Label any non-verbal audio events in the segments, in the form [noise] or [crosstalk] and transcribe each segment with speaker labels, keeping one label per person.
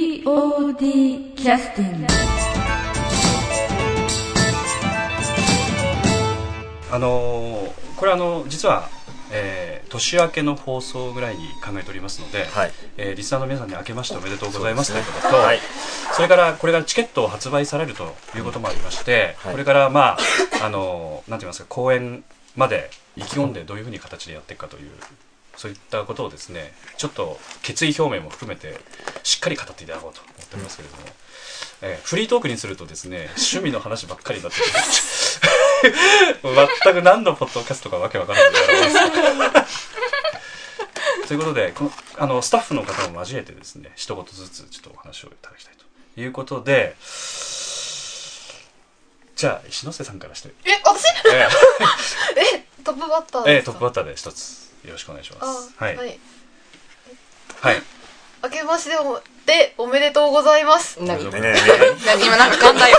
Speaker 1: POD キャスティング
Speaker 2: あのーこれあの実は、えー年明けの放送ぐらいに考えておりますので、
Speaker 3: はい
Speaker 2: えーリスナーの皆さんに明けましておめでとうございます
Speaker 3: そ
Speaker 2: と
Speaker 3: う
Speaker 2: いう
Speaker 3: です
Speaker 2: こ
Speaker 3: ね
Speaker 2: とと、
Speaker 3: はい
Speaker 2: それからこれがチケットを発売されるということもありまして、
Speaker 3: はい
Speaker 2: これからまああのーなんて言いますか公演まで意気込んでどういうふうに形でやっていくかというそういったことをですねちょっと決意表明も含めてしっかり語っていただこうと思っておりますけれども、えーフリートークにするとですね趣味の話ばっかりになってしまう [laughs] 全く何のポッドキャストかわけわからないでございます。ということでこのあのスタッフの方も交えてですね一言ずつちょっとお話をいただきたいということでじゃあ石ノ瀬さんから
Speaker 4: [laughs]
Speaker 2: して、
Speaker 4: え、私
Speaker 2: え
Speaker 4: え、トップバッター
Speaker 2: ーえ
Speaker 4: で
Speaker 2: ー
Speaker 4: す
Speaker 2: ト
Speaker 4: か
Speaker 2: ップバッターで一つよろしくお願いします。
Speaker 4: あ、
Speaker 2: は、
Speaker 4: はいい。
Speaker 2: はい
Speaker 4: 明けましておでおめでとうございます。
Speaker 5: 何
Speaker 2: どうぞ
Speaker 3: ねえね
Speaker 5: 何今なんか簡単よ。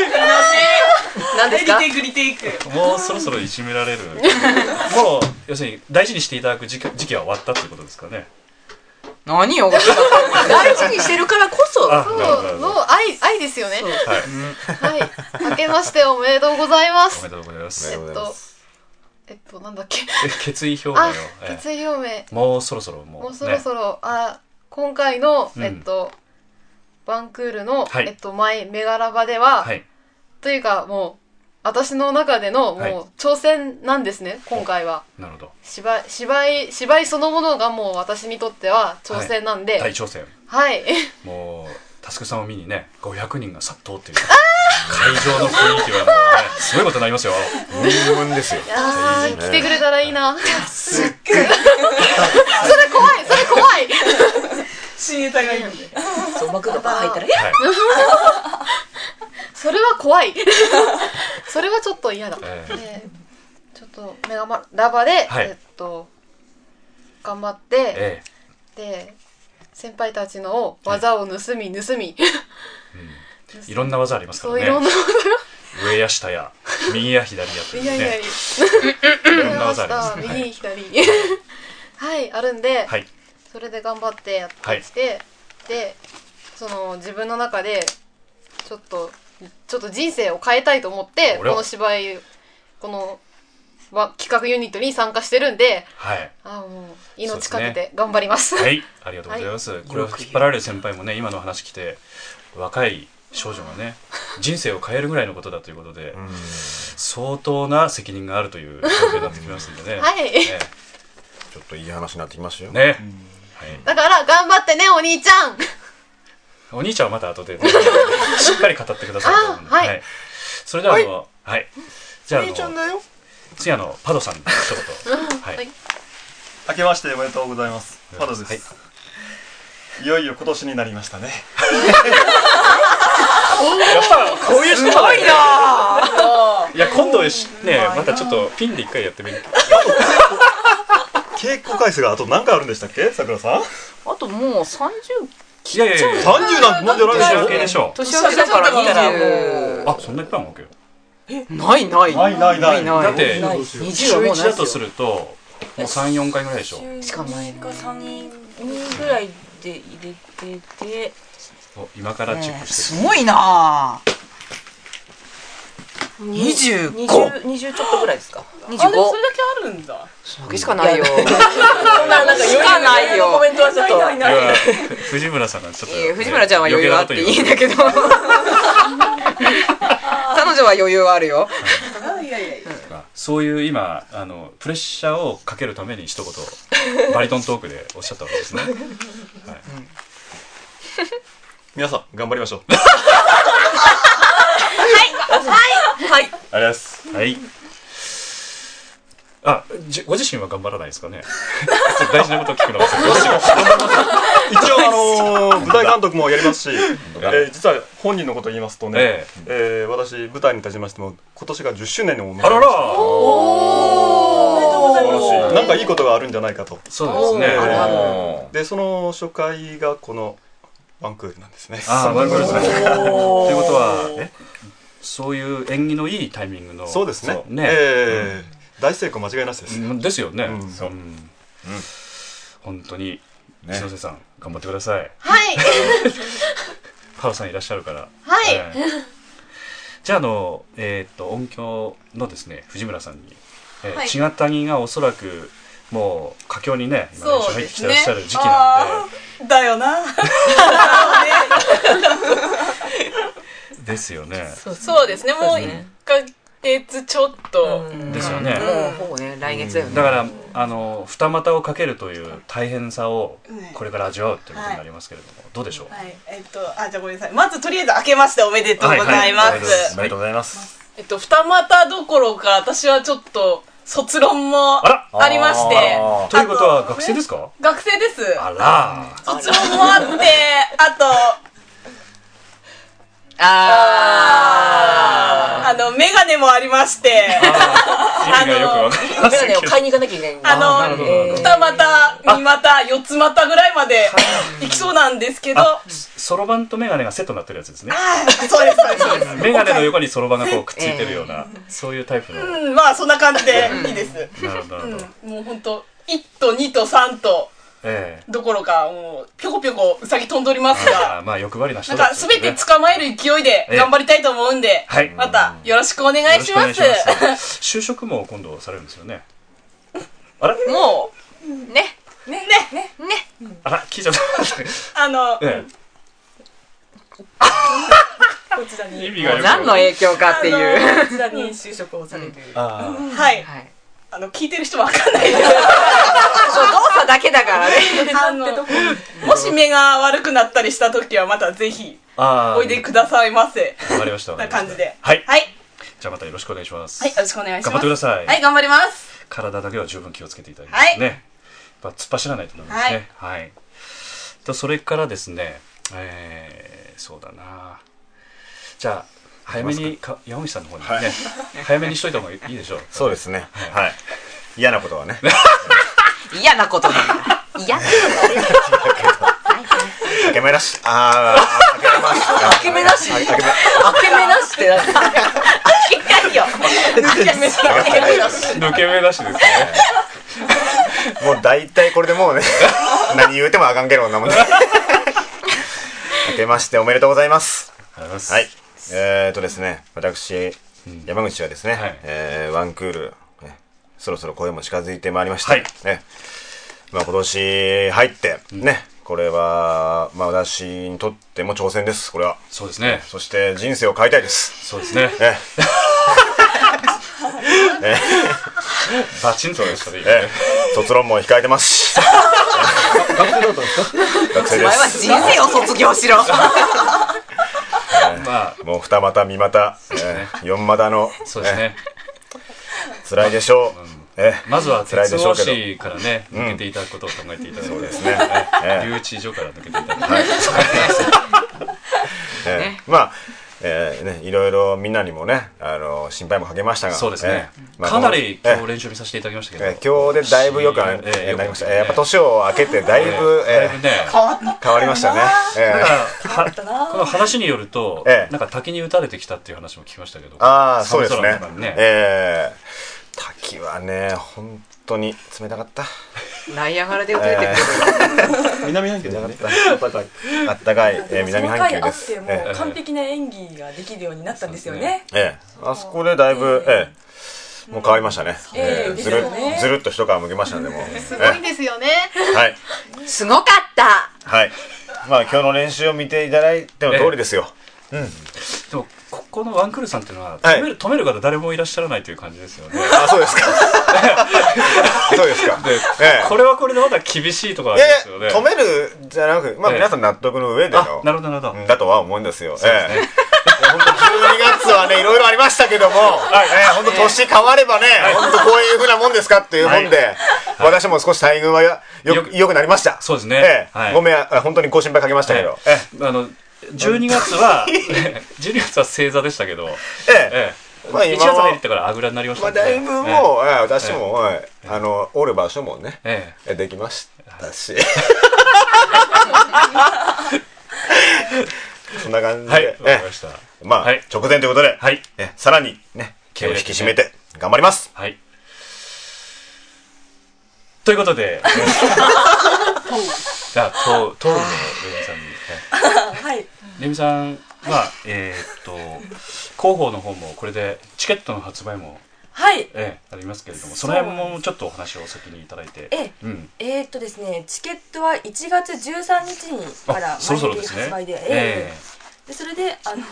Speaker 5: 何何ですか
Speaker 6: グリテイクリテイク
Speaker 2: もうそろそろいじめられ
Speaker 4: [laughs]
Speaker 2: るもう要するに大事にしていただく時期時期は終わったということですかね
Speaker 6: 何よ
Speaker 5: 大事にしてるからこそ。
Speaker 2: あ
Speaker 4: そう、
Speaker 2: なるほどなるほ
Speaker 4: そう、愛、愛ですよね。
Speaker 5: そう
Speaker 2: はい
Speaker 4: はい。明けましておめでとうございま
Speaker 2: おめ
Speaker 4: す。
Speaker 2: でとうございま
Speaker 3: え
Speaker 2: す
Speaker 3: おめでとうございます
Speaker 4: えっと、なんだっけ。
Speaker 2: え決意表明を
Speaker 4: あ、
Speaker 2: え
Speaker 4: 決意表
Speaker 2: えもうそろそろも
Speaker 4: 明。
Speaker 2: う
Speaker 4: もうそろそろ、あ、今回の、
Speaker 2: うん
Speaker 4: えっと、バンクールの、
Speaker 2: はい
Speaker 4: えっと、前、メガラバでは、
Speaker 2: ねはい
Speaker 4: というか、もう、私の中での、もう、
Speaker 2: はい
Speaker 4: 挑戦なんですね、今回は。
Speaker 2: なるほど
Speaker 4: 芝居芝居芝居そのものがもう私にとっては挑戦なんで、は
Speaker 2: 大
Speaker 4: い、
Speaker 2: 挑戦
Speaker 4: はい、
Speaker 2: もうタスクさんを見にね500人が殺到っていう会場の雰囲気はもうね
Speaker 4: [laughs]
Speaker 2: すごいことになりますよ
Speaker 3: 人間ですよ
Speaker 4: あ
Speaker 3: いい
Speaker 4: ー
Speaker 3: ね
Speaker 4: 来てくれたらいいな。すっごい。それ怖い、それ怖い。
Speaker 6: 新ネタがいいんで
Speaker 5: そう幕がバー入ったら、え
Speaker 2: はい、
Speaker 4: それは怖い。それはちょっと嫌だ。
Speaker 2: ええ
Speaker 4: でちょっとメガマラバで、
Speaker 2: はい
Speaker 4: えっと頑張って、
Speaker 2: え
Speaker 4: で先輩たちの技を盗み盗み、
Speaker 2: えいろんな技ありますか
Speaker 4: そうい
Speaker 2: ら
Speaker 4: ろん
Speaker 2: ね
Speaker 4: な
Speaker 2: 上や下や右や左やっていう
Speaker 4: いやいやい
Speaker 2: ね
Speaker 4: や。
Speaker 2: いろんな
Speaker 4: ま
Speaker 2: 技
Speaker 4: し
Speaker 2: あ
Speaker 4: た
Speaker 2: ります
Speaker 4: 右左はいあるんで、
Speaker 2: はい
Speaker 4: それで頑張ってやってきて、でその自分の中でちょっとちょっと人生を変えたいと思って
Speaker 2: お
Speaker 4: こ
Speaker 2: ら
Speaker 4: の芝居このわ企画ユニットに参加してるんで
Speaker 2: はい
Speaker 4: あもう命
Speaker 2: そう
Speaker 4: か
Speaker 2: です
Speaker 4: け
Speaker 2: ね
Speaker 4: て頑張ります
Speaker 2: は
Speaker 4: はい、
Speaker 2: い、ありがとうございます。これを引っ張られる先輩もね、今の話来て、若い少女がね、人生を変えるぐらいのことだということで、
Speaker 3: うん
Speaker 2: 相当な責任があるという状況になってきますんでね。ね
Speaker 3: ちょっといい話になってきましたよ
Speaker 2: ね、
Speaker 4: [laughs] だから頑張ってねお兄ちゃん
Speaker 2: お兄ちゃんはまた後
Speaker 6: [laughs]
Speaker 2: で、ね、しっかり語ってくださいと思うんで
Speaker 4: あはい
Speaker 2: それではあの、はい、じゃああの
Speaker 3: よ
Speaker 2: 次あのパドさんの一言、
Speaker 6: [laughs]
Speaker 2: はい、
Speaker 4: はい
Speaker 7: 明けましておめでとうございます。パドで
Speaker 2: は
Speaker 7: す。
Speaker 2: い
Speaker 7: い、よいよ今年になりましたね。
Speaker 2: こういう人はね
Speaker 6: あ
Speaker 2: いや今度しねまたちょっとピンで一回やってみる。
Speaker 7: 稽古回数があと何回あるんでしたっけ、さくらさん。
Speaker 6: あともう30
Speaker 2: いやいやいやいや
Speaker 7: 三十なんてもんじゃな
Speaker 2: 年明
Speaker 7: いでしょ
Speaker 2: けでしょう。
Speaker 6: 年明けだから
Speaker 5: 年明けだから
Speaker 6: 20
Speaker 2: あそんないっぱいあるわけよ。
Speaker 6: ないない
Speaker 7: ないないない
Speaker 6: ない
Speaker 2: だって
Speaker 6: ない
Speaker 2: 週
Speaker 6: 20はもう
Speaker 2: 1
Speaker 6: ない
Speaker 2: だ
Speaker 6: っ
Speaker 2: とするともう34回ぐらいでしょ
Speaker 5: しかもないか3人ぐらいで入れてて、
Speaker 2: お今からチェックして
Speaker 6: すごいな25
Speaker 5: 20, 20ちょっとぐらいですか25
Speaker 6: あでもそれ
Speaker 5: だ
Speaker 6: それしかないよ
Speaker 5: けなんか余裕がないよコメントはちょっと
Speaker 2: いや藤村さんがちょっと、
Speaker 6: いや藤村ちゃんは余裕があっていいん
Speaker 2: ね
Speaker 6: だけ
Speaker 8: [laughs]
Speaker 6: ど彼女は余裕はあるよ
Speaker 2: そういう今あのプレッシャーをかけるために一言バリトントークでおっしゃったわけですね
Speaker 7: 皆さん、頑張りましょう。
Speaker 5: はい
Speaker 7: ありがとうございます。
Speaker 2: はいあじご自身は頑張らないですかねちょっと大事なこと聞くの忘れてました
Speaker 7: 一応、あのー舞台監督もやりますし、えー実は本人のことを言いますと [laughs] ね。
Speaker 2: え
Speaker 7: えー私、舞台に立ちましても、今年が10周年のお迎え
Speaker 2: えあらら
Speaker 7: らなんかいいことがあるんじゃないかと。
Speaker 2: そうですね
Speaker 7: おー
Speaker 2: あ
Speaker 7: で、その初回がこの。ワンクールなんですね。
Speaker 2: あーワンクールですね
Speaker 7: ね。
Speaker 2: ということはそういう縁起のいいタイミングの
Speaker 7: そうですね。
Speaker 2: ね、
Speaker 7: えー大成功間違いなしです。
Speaker 2: うんですよね、
Speaker 7: うん
Speaker 2: うん本当に
Speaker 7: ね
Speaker 2: 一ノ瀬さん頑張ってください [laughs]
Speaker 4: はい
Speaker 2: ハロさんいらっしゃるから
Speaker 4: はい、
Speaker 2: ええじゃああの、えーっと音響のですね藤村さんに、えー
Speaker 9: はい
Speaker 2: 千賀谷がおそらくもう佳境にね今練習入ってきてらっしゃる時期な
Speaker 9: あ
Speaker 2: んで
Speaker 9: ーだよな
Speaker 2: ですよね
Speaker 5: そうですね、もう1ヶ月ちょっと。
Speaker 8: うん
Speaker 2: ですよね
Speaker 8: もうほぼね来月だよね
Speaker 2: だからあの二股をかけるという大変さをこれから味わうということになりますけれども、どうでしょう、
Speaker 5: はい、えっと、あ、じゃあごめんなさい。まずとりあえず明けましておめでとうございま。
Speaker 2: はいはいおめでとうございます
Speaker 7: おめでとうございます。
Speaker 5: えっと、二股どころか、私はちょっと卒論も
Speaker 2: あら
Speaker 5: ありまして、
Speaker 7: あ
Speaker 2: ということは学生ですか
Speaker 5: 学生です。
Speaker 2: あら
Speaker 5: 卒論もあって、あと、
Speaker 8: あ
Speaker 5: あの、メガネもありまして、
Speaker 2: 意味がよくわかりま
Speaker 9: メガ
Speaker 2: せん
Speaker 9: ネを
Speaker 2: けど
Speaker 9: 買いに行かなきゃいけないんだ
Speaker 5: あ
Speaker 2: な
Speaker 5: の
Speaker 2: るほどなるほど
Speaker 5: 二股、三股、四つ股ぐらいまでいきそうなんですけど、
Speaker 2: あそろばんとメガネがセットになってるやつですね
Speaker 5: そうです、そうです。
Speaker 2: メガネの横にそろばんがこうくっついてるよう
Speaker 5: [laughs]
Speaker 2: な、そういうタイプのなる
Speaker 5: うん、まあそんな感じでいいです。
Speaker 2: ほどなるほど、
Speaker 5: うん、もうほんと、1と2と3と、
Speaker 2: ええ
Speaker 5: どころか、もう、ぴょこぴょこうさぎ飛んでおります
Speaker 2: あ
Speaker 5: が、
Speaker 2: あまあ欲張りな人
Speaker 5: なん
Speaker 2: だっ
Speaker 5: か
Speaker 2: たん
Speaker 5: 全
Speaker 2: ですね
Speaker 5: て捕まえる勢いで頑張りたいと思うんで、
Speaker 2: はい
Speaker 5: またよろしくお願いしま
Speaker 2: よ
Speaker 5: す。
Speaker 2: ろくお願いします就職も今度されるんですよねあら
Speaker 5: も
Speaker 8: ーね
Speaker 5: [laughs] う、ね、ね、
Speaker 2: あら聞いちゃった
Speaker 5: [laughs] あの、
Speaker 2: え
Speaker 5: こちら
Speaker 2: え、意
Speaker 5: に、
Speaker 2: 味がよく
Speaker 8: 何の影響かっていう
Speaker 5: あのこちらに就職をされる。
Speaker 2: あー
Speaker 5: はい。
Speaker 8: はい
Speaker 5: あの、聞いてる人わかん
Speaker 2: [laughs]
Speaker 5: ないです
Speaker 8: そう動作だけだからね
Speaker 6: [laughs]
Speaker 5: あのもし目が悪くなったりした時はまたぜひ
Speaker 2: あー
Speaker 5: おいでくださいませ。
Speaker 2: わかりましたわか
Speaker 5: な
Speaker 2: りました
Speaker 5: 感じで。
Speaker 2: はい
Speaker 5: はい。
Speaker 2: じゃあまたよろしくお願いします、
Speaker 5: はい、よろしくお願いし
Speaker 2: 頑
Speaker 5: ます。
Speaker 2: 張ってください、
Speaker 5: はい、頑張ります。
Speaker 2: 体だけは十分気をつけていただきたいですね、やっぱ突っ走らないとダメですねはい、とそれからですねえー、そうだなじゃあ早めにか山口さんの方にね、
Speaker 7: はい
Speaker 2: 早めにしといた方がいい
Speaker 7: [laughs]
Speaker 2: でしょう
Speaker 7: そうですね。はい。嫌なことはね。
Speaker 8: 嫌なことなんだ嫌な
Speaker 7: あけめらし。 [laughs] あーあけめらし。あけめらし。あけめ。
Speaker 9: あけめなしってなんだ
Speaker 8: ことよ
Speaker 2: 抜け目なしですね
Speaker 7: もう大体これでもう [laughs] ね何言うてもあかんけどこんな [laughs] もんね明けましておめでとうございます
Speaker 2: は
Speaker 7: はいえー、とですね私山口はですね、
Speaker 2: はい
Speaker 7: えーワンクール、ね、そろそろ声も近づいてまいりました、
Speaker 2: はい
Speaker 7: ねまあ、今年入ってね、これは、まあ、私にとっても挑戦ですこれは
Speaker 2: そうですね
Speaker 7: そして人生を変えたいです
Speaker 2: そうですね
Speaker 7: え
Speaker 2: バチンとでしたね
Speaker 7: え
Speaker 2: [laughs]
Speaker 7: ええ卒論も控えてます学生
Speaker 8: お前は
Speaker 7: だったん
Speaker 6: [laughs]
Speaker 7: ですか学生です
Speaker 8: 人生を卒業しろ
Speaker 2: まあ
Speaker 7: もう二股三股、えー、四股の
Speaker 2: そうですね
Speaker 7: 辛いでしょう。えー
Speaker 2: まずは
Speaker 7: 辛い
Speaker 2: 鉄
Speaker 7: でしょ
Speaker 2: 道
Speaker 7: うけど。
Speaker 2: 市からね抜けていただくことを考えていただいて、
Speaker 7: そうですね。え
Speaker 2: 留置所から抜けていただいて、
Speaker 7: えーまあ、えーね、いろいろみんなにもね、あの心配もかけましたが、
Speaker 2: そうですね、
Speaker 7: えーまあ
Speaker 2: かなり
Speaker 7: え
Speaker 2: 今
Speaker 7: ー
Speaker 2: 日練習見させていただきましたけど、
Speaker 7: えー今日でだいぶよくな,、
Speaker 2: えー
Speaker 7: えーなりました、えー
Speaker 2: よ
Speaker 7: や
Speaker 2: く
Speaker 7: っ
Speaker 2: な
Speaker 7: ぱ
Speaker 2: りまし
Speaker 7: 年を明けてだいぶ、
Speaker 2: たねだい
Speaker 7: え
Speaker 2: ぶね、
Speaker 7: ー変わりましたね、え
Speaker 2: だ
Speaker 7: ー
Speaker 2: からはこの話によると、
Speaker 7: ええ
Speaker 2: なんか滝に打たれてきたっていう話も聞きましたけど
Speaker 7: ああそうです
Speaker 2: 寒
Speaker 7: ね
Speaker 2: 空の中に
Speaker 7: えー滝はね本当に冷たかった
Speaker 8: ナイアガラで打たれてくる
Speaker 2: [laughs]
Speaker 10: 南半球
Speaker 7: 冷
Speaker 10: だ
Speaker 7: た
Speaker 10: よ
Speaker 7: かっ
Speaker 10: ね
Speaker 7: たあったかい、えー南半球で
Speaker 9: そ
Speaker 7: す
Speaker 9: の
Speaker 7: えー
Speaker 9: 回あってもう完璧な演技ができるようになったんですよね。
Speaker 7: ええ、あそこでだいぶ、ええ、もう変わりましたね。え
Speaker 9: え
Speaker 7: え
Speaker 9: え
Speaker 7: ずる
Speaker 9: ですよね
Speaker 7: ずるっと一皮むけましたね、もう。
Speaker 9: [laughs]
Speaker 4: すご
Speaker 7: え
Speaker 4: いですよね。
Speaker 7: えはい、
Speaker 8: すごかった
Speaker 7: はい。まあ、今日の練習を見ていただいての通りですよ。
Speaker 2: でもここのワンクールさんっていうのは、
Speaker 7: はい
Speaker 2: 止める止める方誰もいらっしゃらないという感じですよね
Speaker 7: あ、そう [laughs] ですか。そうですか。ええ
Speaker 2: これはこれでまた厳しいところあ
Speaker 7: い
Speaker 2: り
Speaker 7: や
Speaker 2: ま
Speaker 7: い
Speaker 2: すよね
Speaker 7: や、止めるじゃなく、まあ、
Speaker 2: ええ
Speaker 7: 皆さん納得の上で
Speaker 2: あ
Speaker 7: の、
Speaker 2: なるほどなるほど、
Speaker 7: うんだとは思うんですよ。
Speaker 2: うですね
Speaker 7: ええいや本当12月はね、いろいろありましたけども、ええ本当年変わればね、本当こういうふうなもんですかっていうもんで、私も少し待遇はよ
Speaker 2: よ
Speaker 7: よ
Speaker 2: く
Speaker 7: くよくなりました。
Speaker 2: そうですね
Speaker 7: ええ
Speaker 2: はい
Speaker 7: ごめん、あ本当にご心配かけましたけど。え
Speaker 2: ええあの12月
Speaker 7: [laughs]
Speaker 2: は12月は正座でしたけど、
Speaker 7: ええ
Speaker 2: ええ
Speaker 7: まあ
Speaker 2: 1
Speaker 7: 今
Speaker 2: 月入っ
Speaker 7: は、
Speaker 2: てからあぐらになりまし
Speaker 7: ま
Speaker 2: た
Speaker 7: あ、
Speaker 2: んでね
Speaker 7: だいぶもう、ええ私も、ええあの、おる場所もね、
Speaker 2: えええ
Speaker 7: えできましたし。 [laughs] そんな感じで、
Speaker 2: はいわ
Speaker 7: え
Speaker 2: かりました
Speaker 7: えまあ、
Speaker 2: はい
Speaker 7: 直前ということで、
Speaker 2: はい
Speaker 7: ええさらにね、気を引き締めて頑張ります。
Speaker 2: はい
Speaker 9: [laughs]
Speaker 2: ということでじゃあ、と当時のレミさんに。はい
Speaker 9: はい。
Speaker 2: レミさんは、えーっと、広報の方も、これでチケットの発売も、
Speaker 9: はい。
Speaker 2: ええ、ありますけれども、その辺もちょっとお話を先にいただいて。
Speaker 9: ええ
Speaker 2: うん。
Speaker 9: えー、っとですね、チケットは1月13日にか
Speaker 2: あ
Speaker 9: ら、
Speaker 2: そろそろ
Speaker 9: 毎
Speaker 2: で
Speaker 9: 月
Speaker 2: すね
Speaker 9: 発売で、。え
Speaker 2: え
Speaker 9: ーでそれで、あの、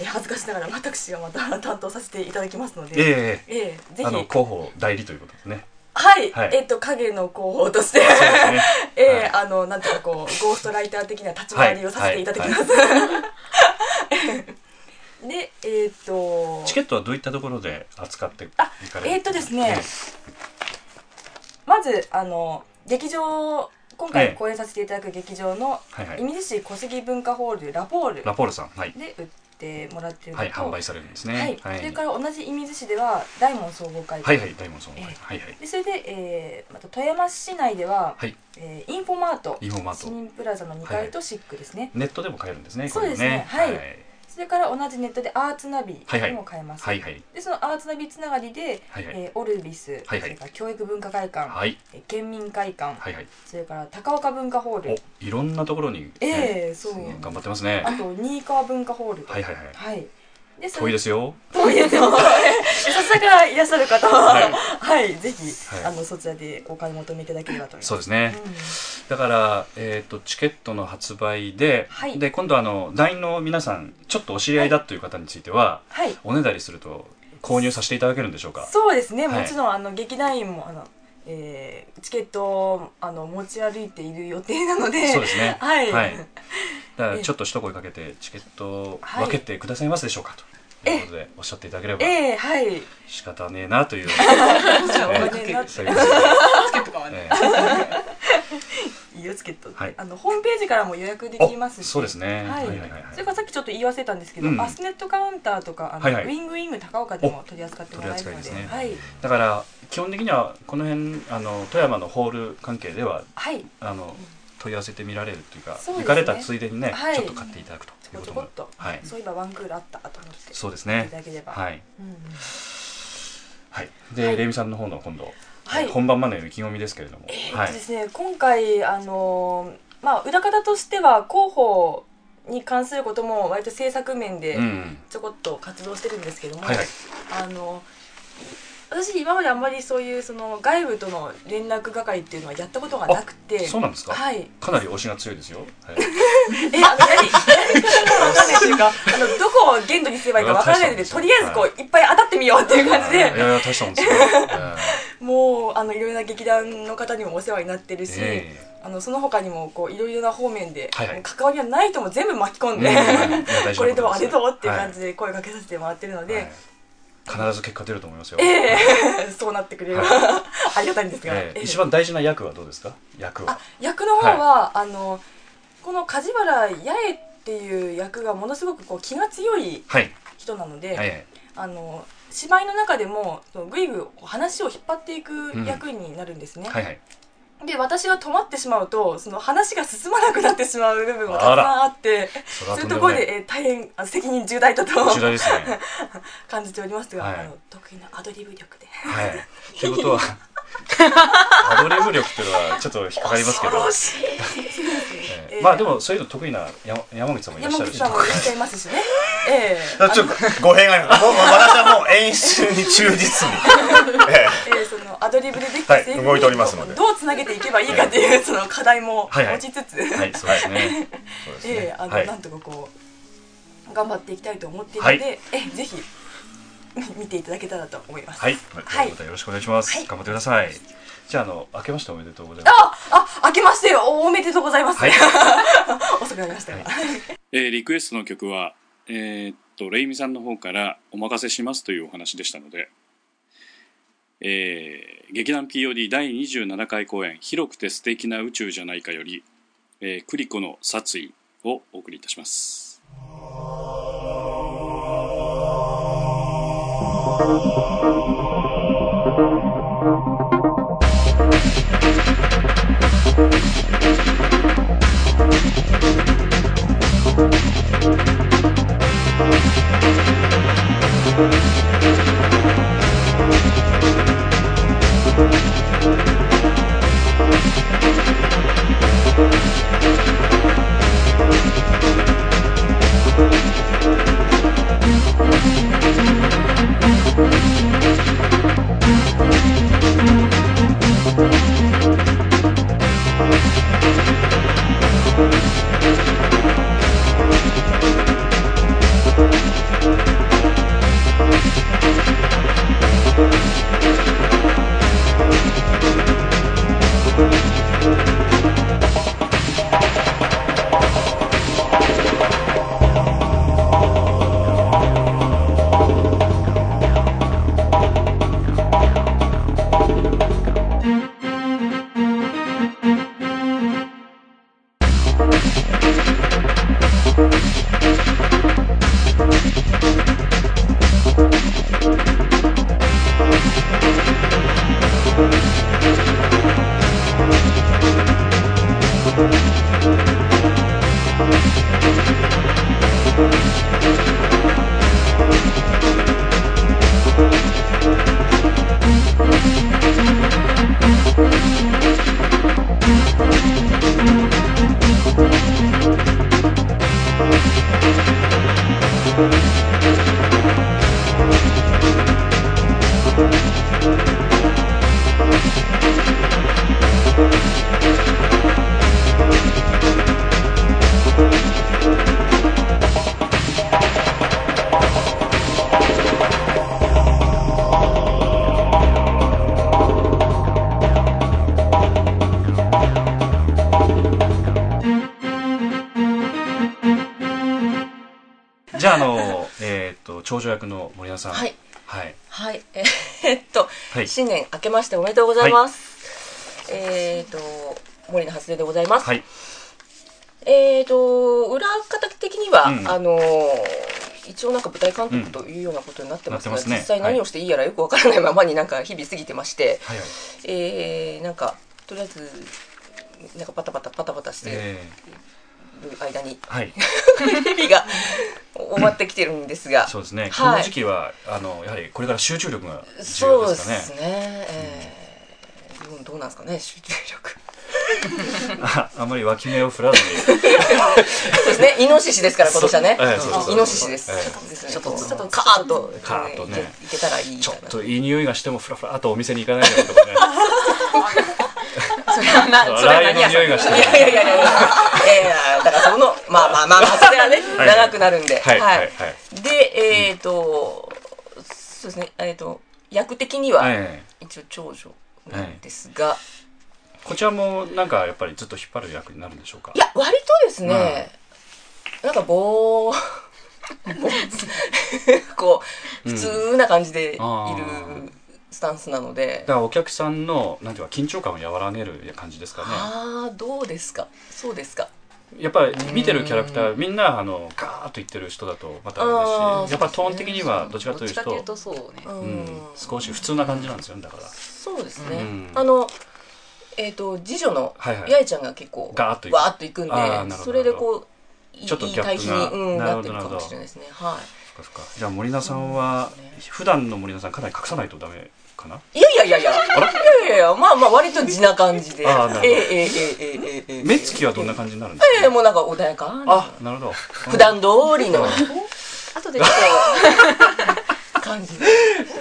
Speaker 9: えー恥ずかしながら私がまた [laughs] 担当させていただきますの
Speaker 2: ええ
Speaker 9: で、
Speaker 2: ええ
Speaker 9: えーぜ
Speaker 2: えあの、
Speaker 9: ひ、
Speaker 2: 広報代理ということです
Speaker 9: [laughs]
Speaker 2: ね。
Speaker 9: はい、
Speaker 2: はい
Speaker 9: えーっと、影の広報として、
Speaker 2: そうですね。
Speaker 9: [laughs] えー
Speaker 2: はい
Speaker 9: あの、なんていうかこう、ゴーストライター的な立ち回りをさせていただきます。 [laughs] で、えーっと、
Speaker 2: チケットはどういったところで扱ってい
Speaker 9: あ
Speaker 2: かれる
Speaker 9: えーっとですね、まずあの劇場今
Speaker 2: ええ
Speaker 9: 回公演させていただく劇場の
Speaker 2: はいはい
Speaker 9: 射水市小杉文化ホールラポール
Speaker 2: ラポールさん、はい。
Speaker 9: で売ってもらってるの
Speaker 2: はい、
Speaker 9: と、
Speaker 2: 販売されるんです
Speaker 9: は
Speaker 2: ね
Speaker 9: い。それから同じ射水市では大門総合会
Speaker 2: は
Speaker 9: 館
Speaker 2: いはい、大門さんの方。
Speaker 9: ええ
Speaker 2: はいはい。
Speaker 9: でそれで、えーまた富山市内では、
Speaker 2: はい
Speaker 9: えーインフォマート
Speaker 2: インフォマート
Speaker 9: 市民プラザの2階とシックですね、
Speaker 2: ネットでも買えるんですね。
Speaker 9: そうですね
Speaker 2: これも
Speaker 9: はいそれから同じネットでアーツナビでも買えます、
Speaker 2: はいはい。
Speaker 9: でそのアーツナビつながりで、
Speaker 2: はいはい
Speaker 9: えーオルビス、
Speaker 2: はいはい
Speaker 9: それから教育文化会館、
Speaker 2: はい
Speaker 9: えー県民会館、
Speaker 2: はいはい。
Speaker 9: それから高岡文化ホール
Speaker 2: お、いろんなところにね。
Speaker 9: ええそう
Speaker 2: 頑張ってますね。
Speaker 9: あと新川文化ホールと
Speaker 2: はいはいはい
Speaker 9: はいでそ
Speaker 2: 遠いですよ。
Speaker 9: 遠いですよさすがいらっしゃる方は
Speaker 2: はい
Speaker 9: はい、ぜひ、
Speaker 2: はい
Speaker 9: あのそちらでお買い求めいただければと思います
Speaker 2: そうですね。だから、えっ、と、チケットの発売で、
Speaker 9: はい
Speaker 2: で、今度あの、団員の皆さん、ちょっとお知り合いだという方については、
Speaker 9: はい
Speaker 2: おねだりすると購入させていただけるんでしょうか。
Speaker 9: そうですね、
Speaker 2: はい
Speaker 9: もちろんあの劇団員もあの、えー、チケットをあの持ち歩いている予定なので
Speaker 2: そうですね
Speaker 9: はい、
Speaker 2: はいだから、ちょっと一声かけて、チケットを分けてくださいますでしょうか、ということで、おっしゃっていただければ、
Speaker 9: ええはい
Speaker 2: 仕方ねえなという。
Speaker 9: [laughs] お
Speaker 2: え
Speaker 9: 金になって
Speaker 5: チケット買わない
Speaker 2: え
Speaker 9: いいよチケット、
Speaker 2: はい
Speaker 9: あのホームページからも予約で [laughs]
Speaker 2: お
Speaker 9: きますし
Speaker 2: そうですね。
Speaker 9: はい
Speaker 2: はいはいはい
Speaker 9: それからさっきちょっと言い忘れたんですけど、
Speaker 2: うん
Speaker 9: バスネットカウンターとかあの、
Speaker 2: はいはい
Speaker 9: ウィングウィング高岡でも取り扱ってもらえるの
Speaker 2: お取り
Speaker 9: で
Speaker 2: 扱いですね
Speaker 9: はい
Speaker 2: だから基本的にはこの辺あの富山のホール関係では
Speaker 9: はい
Speaker 2: あの問い合わせてみられるというか
Speaker 9: そうで
Speaker 2: 行
Speaker 9: すね
Speaker 2: かれたついでにね、
Speaker 9: はい
Speaker 2: ちょっと買っていただくと
Speaker 9: ち
Speaker 2: い
Speaker 9: ょ
Speaker 2: うこ
Speaker 9: こち
Speaker 2: と
Speaker 9: ょこ
Speaker 2: も
Speaker 9: っと、
Speaker 2: はい
Speaker 9: そういえばワンクールあったと思って
Speaker 2: そうです
Speaker 9: い
Speaker 2: ね
Speaker 9: ただければ
Speaker 2: はい
Speaker 9: うんうん
Speaker 2: はいで、レミさんの方の今度、
Speaker 9: はい
Speaker 2: えー本番までの意気込みですけれども、
Speaker 9: え
Speaker 2: はい
Speaker 9: ーっとですね、今回あのーまあ裏方としては広報に関することも割と制作面で
Speaker 2: うん
Speaker 9: ちょこっと活動してるんですけども、
Speaker 2: はいはい
Speaker 9: あの私今まであんまりそういうその外部との連絡係っていうのはやったことがなくて
Speaker 2: そうなんですか、
Speaker 9: はい
Speaker 2: かなり推しが強いですよ、
Speaker 9: [laughs]
Speaker 2: はい、
Speaker 9: えあのやりやり方が分かんないっていうかあのどこを限度にすればいいか分からないので
Speaker 2: そ
Speaker 9: と
Speaker 2: れは大
Speaker 9: り
Speaker 2: した
Speaker 9: あえずこういっぱい当たってみようっていう感じ
Speaker 2: いやい
Speaker 9: で
Speaker 2: や大したもん
Speaker 9: [laughs]
Speaker 2: ですよ、え
Speaker 9: もうあのいろいろな劇団の方にもお世話になってるし、
Speaker 2: え
Speaker 9: あのその他にもこういろいろな方面で、
Speaker 2: はいはい
Speaker 9: もう関わりはない人も全部巻き込ん
Speaker 2: うんい
Speaker 9: で、
Speaker 2: や大事なことです
Speaker 9: [laughs] これどうあれどうっていう感じ
Speaker 2: は
Speaker 9: で声かけさせてもらってるの
Speaker 2: い
Speaker 9: で、
Speaker 2: はい必ず結果出ると思いますよ、
Speaker 9: ええ [laughs] そうなってくれれば、 [laughs] ありがたいんですが、
Speaker 2: え
Speaker 9: え
Speaker 2: ー
Speaker 9: え
Speaker 2: 一番大事な役はどうですか役は
Speaker 9: あ役の方は、あのこの梶原八重っていう役がものすごくこう気が強い
Speaker 2: はい
Speaker 9: 人なので、
Speaker 2: はいはい
Speaker 9: あの芝居の中でもそのぐいぐい話を引っ張っていく役になるんですね、
Speaker 2: はいはい
Speaker 9: で私が止まってしまうとその話が進まなくなってしまう部分もたくさ
Speaker 2: あら
Speaker 9: んあって
Speaker 2: それ
Speaker 9: そ
Speaker 2: は
Speaker 9: うい
Speaker 2: と
Speaker 9: う
Speaker 2: で
Speaker 9: んと
Speaker 2: も
Speaker 9: ころ
Speaker 2: ない
Speaker 9: で、えー大変あ責任重大だと
Speaker 2: 重大ですね
Speaker 9: [laughs] 感じておりますが、
Speaker 2: はい
Speaker 9: あの得意なアドリブ力で
Speaker 2: はいという
Speaker 9: [laughs]
Speaker 2: ことはアドリブ力っていうのはちょっと引っかかりますけどええまあでもそういうの得意な山山口さんもいらっし
Speaker 9: 山
Speaker 2: ゃる
Speaker 9: 口
Speaker 2: し
Speaker 9: さんも
Speaker 2: [laughs]
Speaker 9: いらっしゃいますしねええ
Speaker 7: だからちょっと語弊がある。もう私はもう演出に忠実に。え
Speaker 9: えーそのアドリブででき
Speaker 7: は
Speaker 9: た
Speaker 7: い
Speaker 9: セリフに
Speaker 7: 動いておりますので
Speaker 9: どうつなげていけばいいかっていうその課題も
Speaker 2: はいはい
Speaker 9: 持ちつつ、
Speaker 2: はいそうですね
Speaker 7: えそうです
Speaker 9: え
Speaker 7: ね。
Speaker 9: ーあの、
Speaker 2: はい
Speaker 9: なんとかこう頑張っていきたいと思っている
Speaker 2: は
Speaker 9: の
Speaker 2: い
Speaker 9: で、えーぜひ [laughs] 見ていただけたらと思います。
Speaker 2: はい
Speaker 9: はい
Speaker 2: またよろしくお願いします、
Speaker 9: はい
Speaker 2: 頑張ってくださいじゃああの明けましておめでとうございます
Speaker 9: あ、あ、明けましておおめでとうございます。
Speaker 2: はい
Speaker 9: [laughs] 遅くなりましたが。
Speaker 11: えーリクエストの曲は、えーっと、レイミさんの方からお任せしますというお話でしたので、えー劇団 POD 第27回公演、広くて素敵な宇宙じゃないかより、えークリコの殺意をお送りいたします。
Speaker 6: 「
Speaker 2: じゃああのえっと長女役の森山さん
Speaker 6: はい
Speaker 2: はい
Speaker 6: はい、えーっと、
Speaker 2: はい
Speaker 6: 新年明けましておめでとうございます。えーっと、森の発令でございます。
Speaker 2: はい
Speaker 6: えーっと、裏方的には、
Speaker 2: うん
Speaker 6: あのー一応なんか舞台監督というようなことになってますが、
Speaker 2: うんなってますね
Speaker 6: 実際何をしていいやらよくわからないままになんか日々過ぎてまして、
Speaker 2: はいはい
Speaker 6: えー、なんかとりあえずなんかパタパタパタパタして
Speaker 2: え
Speaker 6: る間に、
Speaker 2: ーはい
Speaker 6: 日々が終わってきてるんですが、
Speaker 2: そうですねこ
Speaker 6: はい
Speaker 2: の時期はあのやはりこれから集中力が重
Speaker 6: そう
Speaker 2: 要で
Speaker 6: ですす
Speaker 2: か
Speaker 6: ね
Speaker 2: ね。
Speaker 6: えーどうなんですかね、集中力。
Speaker 2: [laughs] ああんまり脇目を振らずに
Speaker 6: そうですね、イノシシですから、今年はね
Speaker 2: [laughs] そうええそうそう。そう
Speaker 6: イノシシです。ちょっと、ちょっと、カーッと、
Speaker 2: カーッとね
Speaker 6: いけいけたらいい
Speaker 2: ちょ
Speaker 6: か
Speaker 2: っ
Speaker 6: な。
Speaker 2: といい匂いがしてもふらふらっとお店に行かないでとかね
Speaker 8: それはな、それは
Speaker 2: ラー油
Speaker 8: 何
Speaker 2: の
Speaker 8: 屋
Speaker 2: 匂
Speaker 8: さ
Speaker 2: い
Speaker 8: ん
Speaker 2: がしても
Speaker 6: いや [laughs] いやいやいや、ええ、だからその、まあまあまあまあ、それ
Speaker 2: [laughs]
Speaker 6: はね、
Speaker 2: い
Speaker 6: 長くなるんで。
Speaker 2: はいはいはい
Speaker 6: で、えっと、そうですね、えっと、役的には、
Speaker 2: ええ
Speaker 6: 一応長女なんですが、
Speaker 2: こちらもなんかやっぱりずっと引っ張る役になるんでしょうか
Speaker 6: いや、割とですね、なんかぼー、 [laughs] ぼーこう、普通な感じでいる
Speaker 2: あ
Speaker 6: スタンスなので
Speaker 2: だ、からお客さんのなんていうか緊張感を和らげる感じですかね
Speaker 6: ああ、どうですかそうですか
Speaker 2: やっぱり見てるキャラクターみんなあのガーッといってる人だとまたあれで
Speaker 6: あー
Speaker 2: すしやっぱトーン的にはどっちかと
Speaker 8: ど
Speaker 2: い
Speaker 8: っち
Speaker 2: う
Speaker 8: かという
Speaker 2: と
Speaker 8: とそうね
Speaker 6: う。ん、
Speaker 2: うん少し普通な感じなんですよねだから
Speaker 6: そうですね。
Speaker 2: うん
Speaker 6: あの、えっ、と、次女の
Speaker 2: はいはい
Speaker 6: 八重ちゃんが結構、
Speaker 2: ガーッといく
Speaker 6: わーっといくんで
Speaker 2: あーなるほどなるほど
Speaker 6: それでこう、いい
Speaker 2: ちょっとギャップが
Speaker 6: いい対比に、うん、
Speaker 2: なるほ
Speaker 6: なって
Speaker 2: ど
Speaker 6: るかもしれないですね。は。
Speaker 2: そっかそっかじゃあ森菜さんは普段の森菜さんかなり隠さないとダメかない
Speaker 6: いやいやいやいや、いやいやいや、まあまあ、割と地な感じで。え
Speaker 2: あーなるほど
Speaker 6: ええええええええ
Speaker 2: 目つきはどんな感じになるんです
Speaker 6: ええ
Speaker 2: か
Speaker 6: もうなんか穏やかな
Speaker 2: あなるほど
Speaker 6: 普段通りの
Speaker 8: あとでちょっ
Speaker 6: [laughs] 感じで。
Speaker 2: だ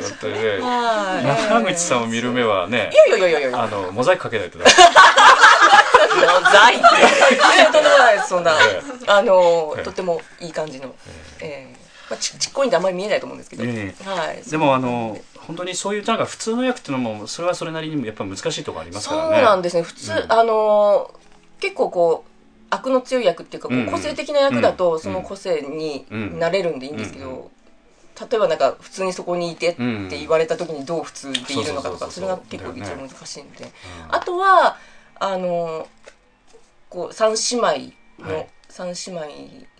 Speaker 2: ってね
Speaker 6: はい
Speaker 2: 長口さんを見る目はね
Speaker 6: いやいやいやいやいや、
Speaker 2: あのモザイクかけないとダメ
Speaker 6: ざいって。いやとんでもないです、そんな
Speaker 2: え。
Speaker 6: あの
Speaker 2: ええ、
Speaker 6: とてもいい感じの。ええまあ、ちちっこいんであんまり見えないと思うんですけ [laughs] ど。
Speaker 2: いえいえ
Speaker 6: はい。
Speaker 2: でもあの本当にそういうなんか普通の役っていうのもそれはそれなりにやっぱ難しいところあります
Speaker 6: そ
Speaker 2: か
Speaker 6: う
Speaker 2: らね
Speaker 6: なんですね。普通、
Speaker 2: うん
Speaker 6: あのー、結構こう、悪の強い役っていうか、こ
Speaker 2: うん
Speaker 6: う個性的な役だ
Speaker 2: う
Speaker 6: と、
Speaker 2: ん
Speaker 6: その個性に
Speaker 2: うん
Speaker 6: なれるんでいいんですけ
Speaker 2: う
Speaker 6: ど、例えばなんか、普通にそこにいてって
Speaker 2: うん
Speaker 6: 言われた時にどう普通でいるの
Speaker 2: そうそうそ
Speaker 6: かと
Speaker 2: うそう
Speaker 6: か、それが結構一
Speaker 2: だよ
Speaker 6: 番
Speaker 2: ね
Speaker 6: 難しいんで。
Speaker 2: うん
Speaker 6: あとはあのこう三姉妹
Speaker 2: は
Speaker 6: の
Speaker 2: い
Speaker 6: 三姉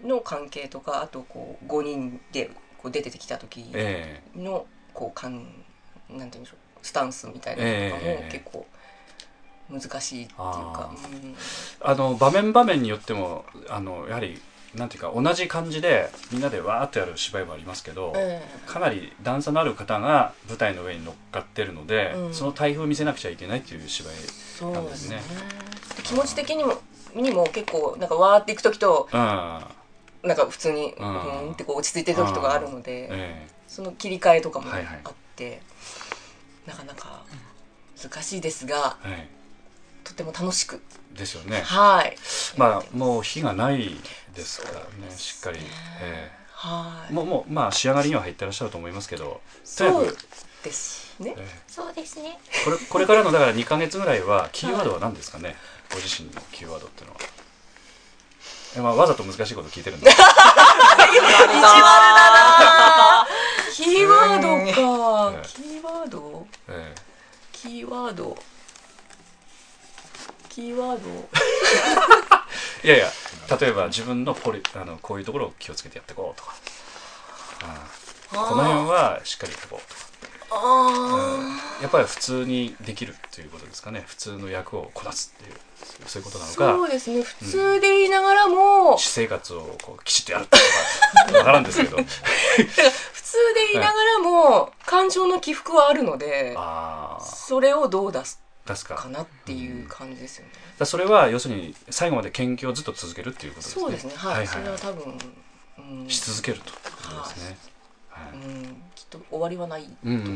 Speaker 6: 妹の関係とかあとこう五人でこう出てきた時
Speaker 2: ええ
Speaker 6: のこうかんなんて言うんでしょうスタンスみたいなのとか
Speaker 2: え
Speaker 6: も
Speaker 2: え
Speaker 6: 結構難しいっていうか
Speaker 2: あ、あの場面場面によってもあのやはりなんていうか同じ感じでみんなでわーっとやる芝居もありますけど、
Speaker 6: うんえ
Speaker 2: かなり段差のある方が舞台の上に乗っかってるので、
Speaker 6: うん
Speaker 2: その台風見せなくちゃいけないっていう芝居
Speaker 6: えそう
Speaker 2: なん
Speaker 6: で
Speaker 2: です
Speaker 6: すね
Speaker 2: ね。
Speaker 6: で気持ち的にもにも結構なんかわーっていく時と
Speaker 2: うん、
Speaker 6: なんか普通にう
Speaker 2: あー
Speaker 6: んってこう落ち着いてる時とかあるので、
Speaker 2: え
Speaker 6: その切り替えとかもあ
Speaker 2: は
Speaker 6: っ
Speaker 2: いはい
Speaker 6: て、なかなか難しいですが
Speaker 2: えはい、
Speaker 6: とても楽しく
Speaker 2: ですよね。
Speaker 6: はい
Speaker 2: まあもう火がないですからね、しっかり、え
Speaker 6: は
Speaker 2: え
Speaker 6: い
Speaker 2: もうもうまあ仕上がりには入ってらっしゃると思いますけど、とにかく
Speaker 6: そうですね
Speaker 2: え
Speaker 8: そうですね。
Speaker 2: えこれこれからのだから2か月ぐらいはキーワードは何ですかね、ご自身のキーワードっていうのは。えまあ、わざと難しいこと聞いてるんだ
Speaker 6: キーワードか、
Speaker 2: うん
Speaker 6: キーワード
Speaker 2: え
Speaker 6: キーワードキーワード
Speaker 2: えいやいや例えば自分のポリあのこういうところを気をつけてやっていこうとかあーこの辺はしっかりやっていこうとかうんやっぱり普通にできるということですかね普通の役をこなすっていうそういうことなのか
Speaker 6: そうですね普通で言いながらも、
Speaker 2: 私生活をこうきちっとやるとかわからんですけど
Speaker 6: 普通で言いながらも感情の起伏はあるので
Speaker 2: ああ
Speaker 6: それをどう出す
Speaker 2: 確か
Speaker 6: かなっていう感じですよね、
Speaker 2: だからそれは要するに最後まで研究をずっと続けるっていうことですね
Speaker 6: そうですねはい、
Speaker 2: はい
Speaker 6: それ
Speaker 2: は
Speaker 6: は多分、うん
Speaker 2: い、し続けるということですね、はい
Speaker 6: うんきっと終わりはないと
Speaker 2: うんうんうん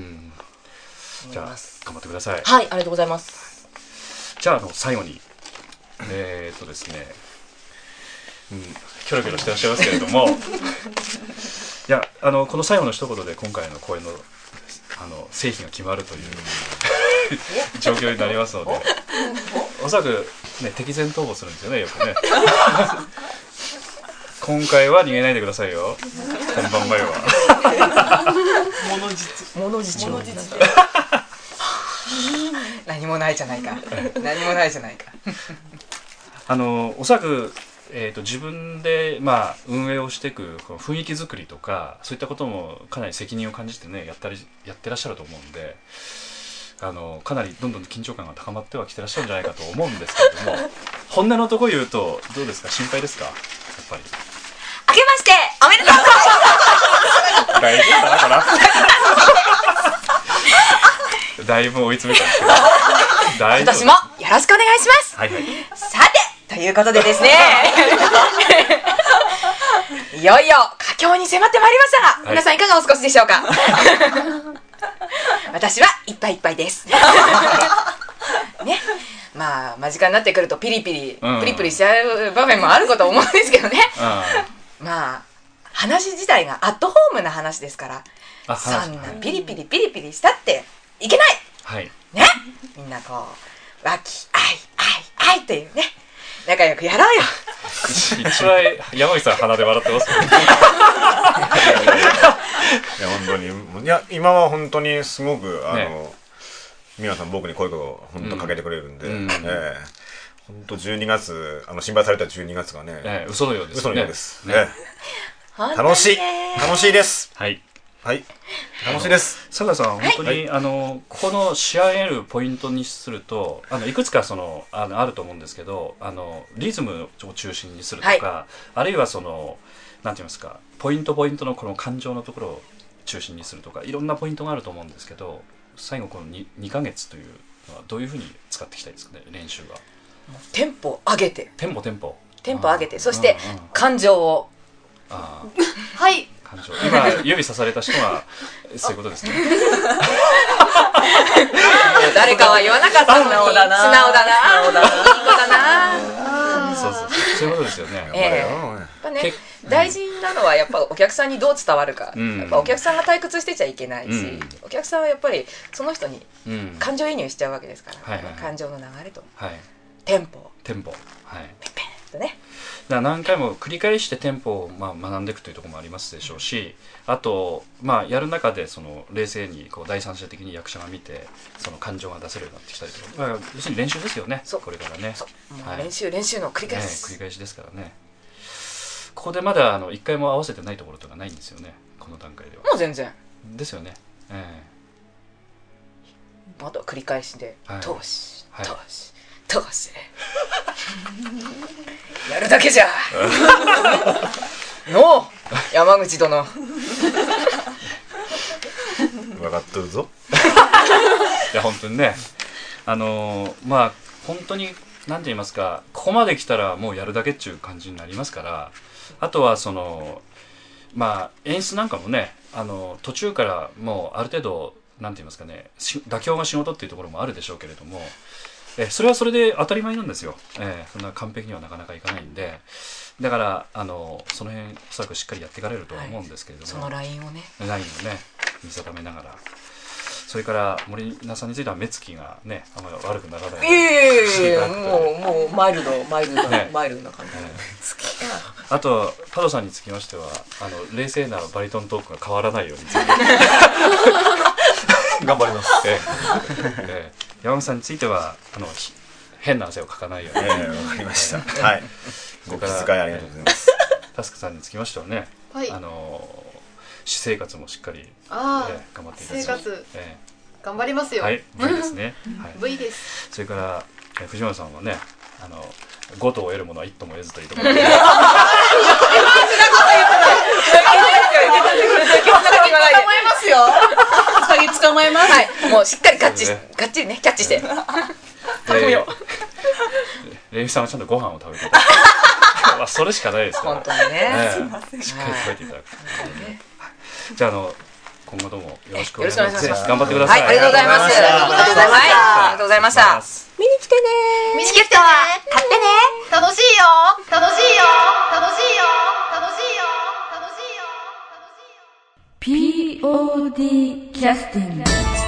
Speaker 6: 思い
Speaker 2: じゃあ
Speaker 6: ます
Speaker 2: 頑張ってください
Speaker 6: はいありがとうございます
Speaker 2: じゃああの最後にえー、っとですねうんキョロキョロしてらっしゃいますけれどもいやあのこの最後の一言で今回の公演のあの製品が決まるという状況になりますのでおそらく、ね、敵前逃亡するんですよねよくね [laughs] 今回は逃げないでくださいよ本番前は。
Speaker 12: 物事物事何もないじゃないか何もないじゃないか
Speaker 2: あのおそらく、えー、と自分で、まあ、運営をしていくこの雰囲気作りとかそういったこともかなり責任を感じてねやったりやってらっしゃると思うんであのかなりどんどん緊張感が高まってはきてらっしゃるんじゃないかと思うんですけ [laughs] れども本音のとこ言うとどうですか心配ですかやっぱり
Speaker 8: 明けましておめでとうございます
Speaker 2: 大丈夫かなこれ [laughs] だいぶ追い詰めたん [laughs] ですけど大丈夫
Speaker 6: 私もよろしくお願いします
Speaker 2: はいはい
Speaker 6: さてということでです
Speaker 12: [laughs]
Speaker 6: ねいよいよ佳境に迫ってまいりました、
Speaker 2: い
Speaker 6: 皆さんいかがお過ごしでしょうか私はいっぱいいっぱいです
Speaker 12: [laughs]
Speaker 6: ねまあ間近になってくるとピリピリ、
Speaker 2: うん
Speaker 6: プリプリしちゃう場面もあるかと思うんですけどね
Speaker 2: う
Speaker 6: まあ話自体がアットホームな話ですから
Speaker 2: んあ
Speaker 6: そ
Speaker 2: 話
Speaker 6: んなピリピリピリピリしたっていけない
Speaker 2: はい
Speaker 6: ねみんなこう和気あいあいあいというね仲良くやろうよ
Speaker 2: 一番山口さん鼻で笑ってますけど
Speaker 7: いや本当にいや今は本当にすごくあの、
Speaker 2: ね
Speaker 7: 皆さん僕に声を本当かけてくれるんで、
Speaker 2: うんうん
Speaker 7: ええ本当12月あの心配された12月がね、
Speaker 2: ええ嘘のようですね。
Speaker 7: 嘘のようです、
Speaker 2: ね
Speaker 7: ええ楽しい楽しいです
Speaker 2: はい。
Speaker 7: はい楽しいです
Speaker 2: 佐賀さん、本当に、あの、ここの仕上げるポイントにすると、あの、いくつかその、あの、あると思うんですけど、あの、リズムを中心にするとか、あるいはその、なんて言いますか、ポイントポイントのこの感情のところを中心にするとか、いろんなポイントがあると思うんですけど、最後この 2, 2ヶ月というのは、どういうふうに使っていきたいですかね、練習は。
Speaker 6: テンポ上げて
Speaker 2: テンポテンポ。
Speaker 6: テンポ上げてそして
Speaker 2: うんうん
Speaker 6: 感情を
Speaker 2: ああ、
Speaker 4: はい
Speaker 2: 感情。今、指さされた人は、そういうことですね。
Speaker 6: 誰かは言わなかったのに素直だな素直だなやっ
Speaker 2: そうそうそう。そう [laughs] いうことですよね。
Speaker 6: ええぱね大事なのはやっぱお客さんにどう伝わるか、
Speaker 2: うん
Speaker 6: やっぱお客さんが退屈してちゃいけないし、
Speaker 2: うん
Speaker 6: お客さんはやっぱりその人に
Speaker 2: うん。
Speaker 6: 感情移入しちゃうわけですから、
Speaker 2: はいはいはい
Speaker 6: 感情の流れと
Speaker 2: はい。
Speaker 6: テンポを
Speaker 2: テンポ。はい。
Speaker 6: ペッペッとね
Speaker 2: だから何回も繰り返してテンポをまあ学んでいくというところもありますでしょうし、あと、まあ、やる中でその冷静にこう第三者的に役者が見て、その感情が出せるようになってきたりとか、まあ、要するに練習ですよね
Speaker 6: そう、
Speaker 2: これからね。
Speaker 6: そうも
Speaker 2: は
Speaker 6: う
Speaker 2: い
Speaker 6: 練習、練習の繰り
Speaker 2: ね
Speaker 6: 返しです
Speaker 2: 繰り返しですからね。ここでまだあの一回も合わせてないところとかないんですよね、この段階では。
Speaker 6: もう全然
Speaker 2: ですよね。え
Speaker 6: あとは繰り返しで、
Speaker 2: はい
Speaker 6: 通し
Speaker 2: はい
Speaker 6: 通し、通し [laughs] やるだけじゃ [laughs] のう山口殿
Speaker 7: 分かっとるぞ
Speaker 2: いや本当にねあのーまあ本当に何て言いますかここまで来たらもうやるだけっていう感じになりますからあとはそのまあ演出なんかもねあの途中からもうある程度何て言いますかねし妥協が仕事っていうところもあるでしょうけれどもえそれはそれで当たり前なんですよ、えそんな完璧にはなかなかいかないんでだからあのその辺おそらくしっかりやっていかれるとは思うんですけれども、
Speaker 6: そのラインをね
Speaker 2: ラインをね見定めながらそれから森菜さんについては目つきがねあんまり悪くならない
Speaker 12: いやいやいやいや
Speaker 2: ね
Speaker 12: もうもうマイルドマイルド
Speaker 2: ね
Speaker 12: なマイルドな感じ
Speaker 2: あとパドさんにつきましてはあの冷静なバリトントークが変わらないように
Speaker 10: 頑張ります
Speaker 2: ええええ山口さんについてはあのひ変な汗をかかないように
Speaker 7: ええわかりましたはいご気遣いありがとうございます。
Speaker 2: タスクさんにつきましてはね、
Speaker 4: はい
Speaker 2: あの私生活もしっかり、
Speaker 4: あー
Speaker 2: えー頑張っていただきま
Speaker 4: 私生活
Speaker 2: え
Speaker 4: 頑張ります
Speaker 2: ー
Speaker 4: よ。
Speaker 2: はい、V ですね。はい、
Speaker 4: V です。
Speaker 2: それから、えー藤本さんはね、あの五とを得るものは一とも得ずというとこ
Speaker 6: [laughs]
Speaker 2: ろで。
Speaker 6: 鍵捕まえます。はい。もうしっかりガッチ、
Speaker 2: そうね
Speaker 6: ガッチリね、キャッチして。
Speaker 2: 頼むよ。レイさんはちゃんとご飯を食べてた。 [laughs] まあそれしかないですから。
Speaker 6: 本当にね
Speaker 2: ええ
Speaker 6: すいません
Speaker 2: しっかり食べていただく。じゃああの今後ともよろしくお
Speaker 6: よ
Speaker 2: 願
Speaker 6: ろ
Speaker 2: い
Speaker 6: し
Speaker 2: し
Speaker 6: く
Speaker 2: ま。
Speaker 6: お願いしますす。
Speaker 2: 頑張ってください。
Speaker 6: はい、ありがとうございます。ありがとうございました。ありがとうございました。
Speaker 8: [laughs] 見に来てね
Speaker 4: 見に
Speaker 8: チ
Speaker 4: 来
Speaker 8: ケ
Speaker 4: て
Speaker 8: ット
Speaker 4: ね
Speaker 8: は買ってね
Speaker 4: 楽しいよ楽しいよ楽しいよ楽しいよ
Speaker 1: POD キャスティング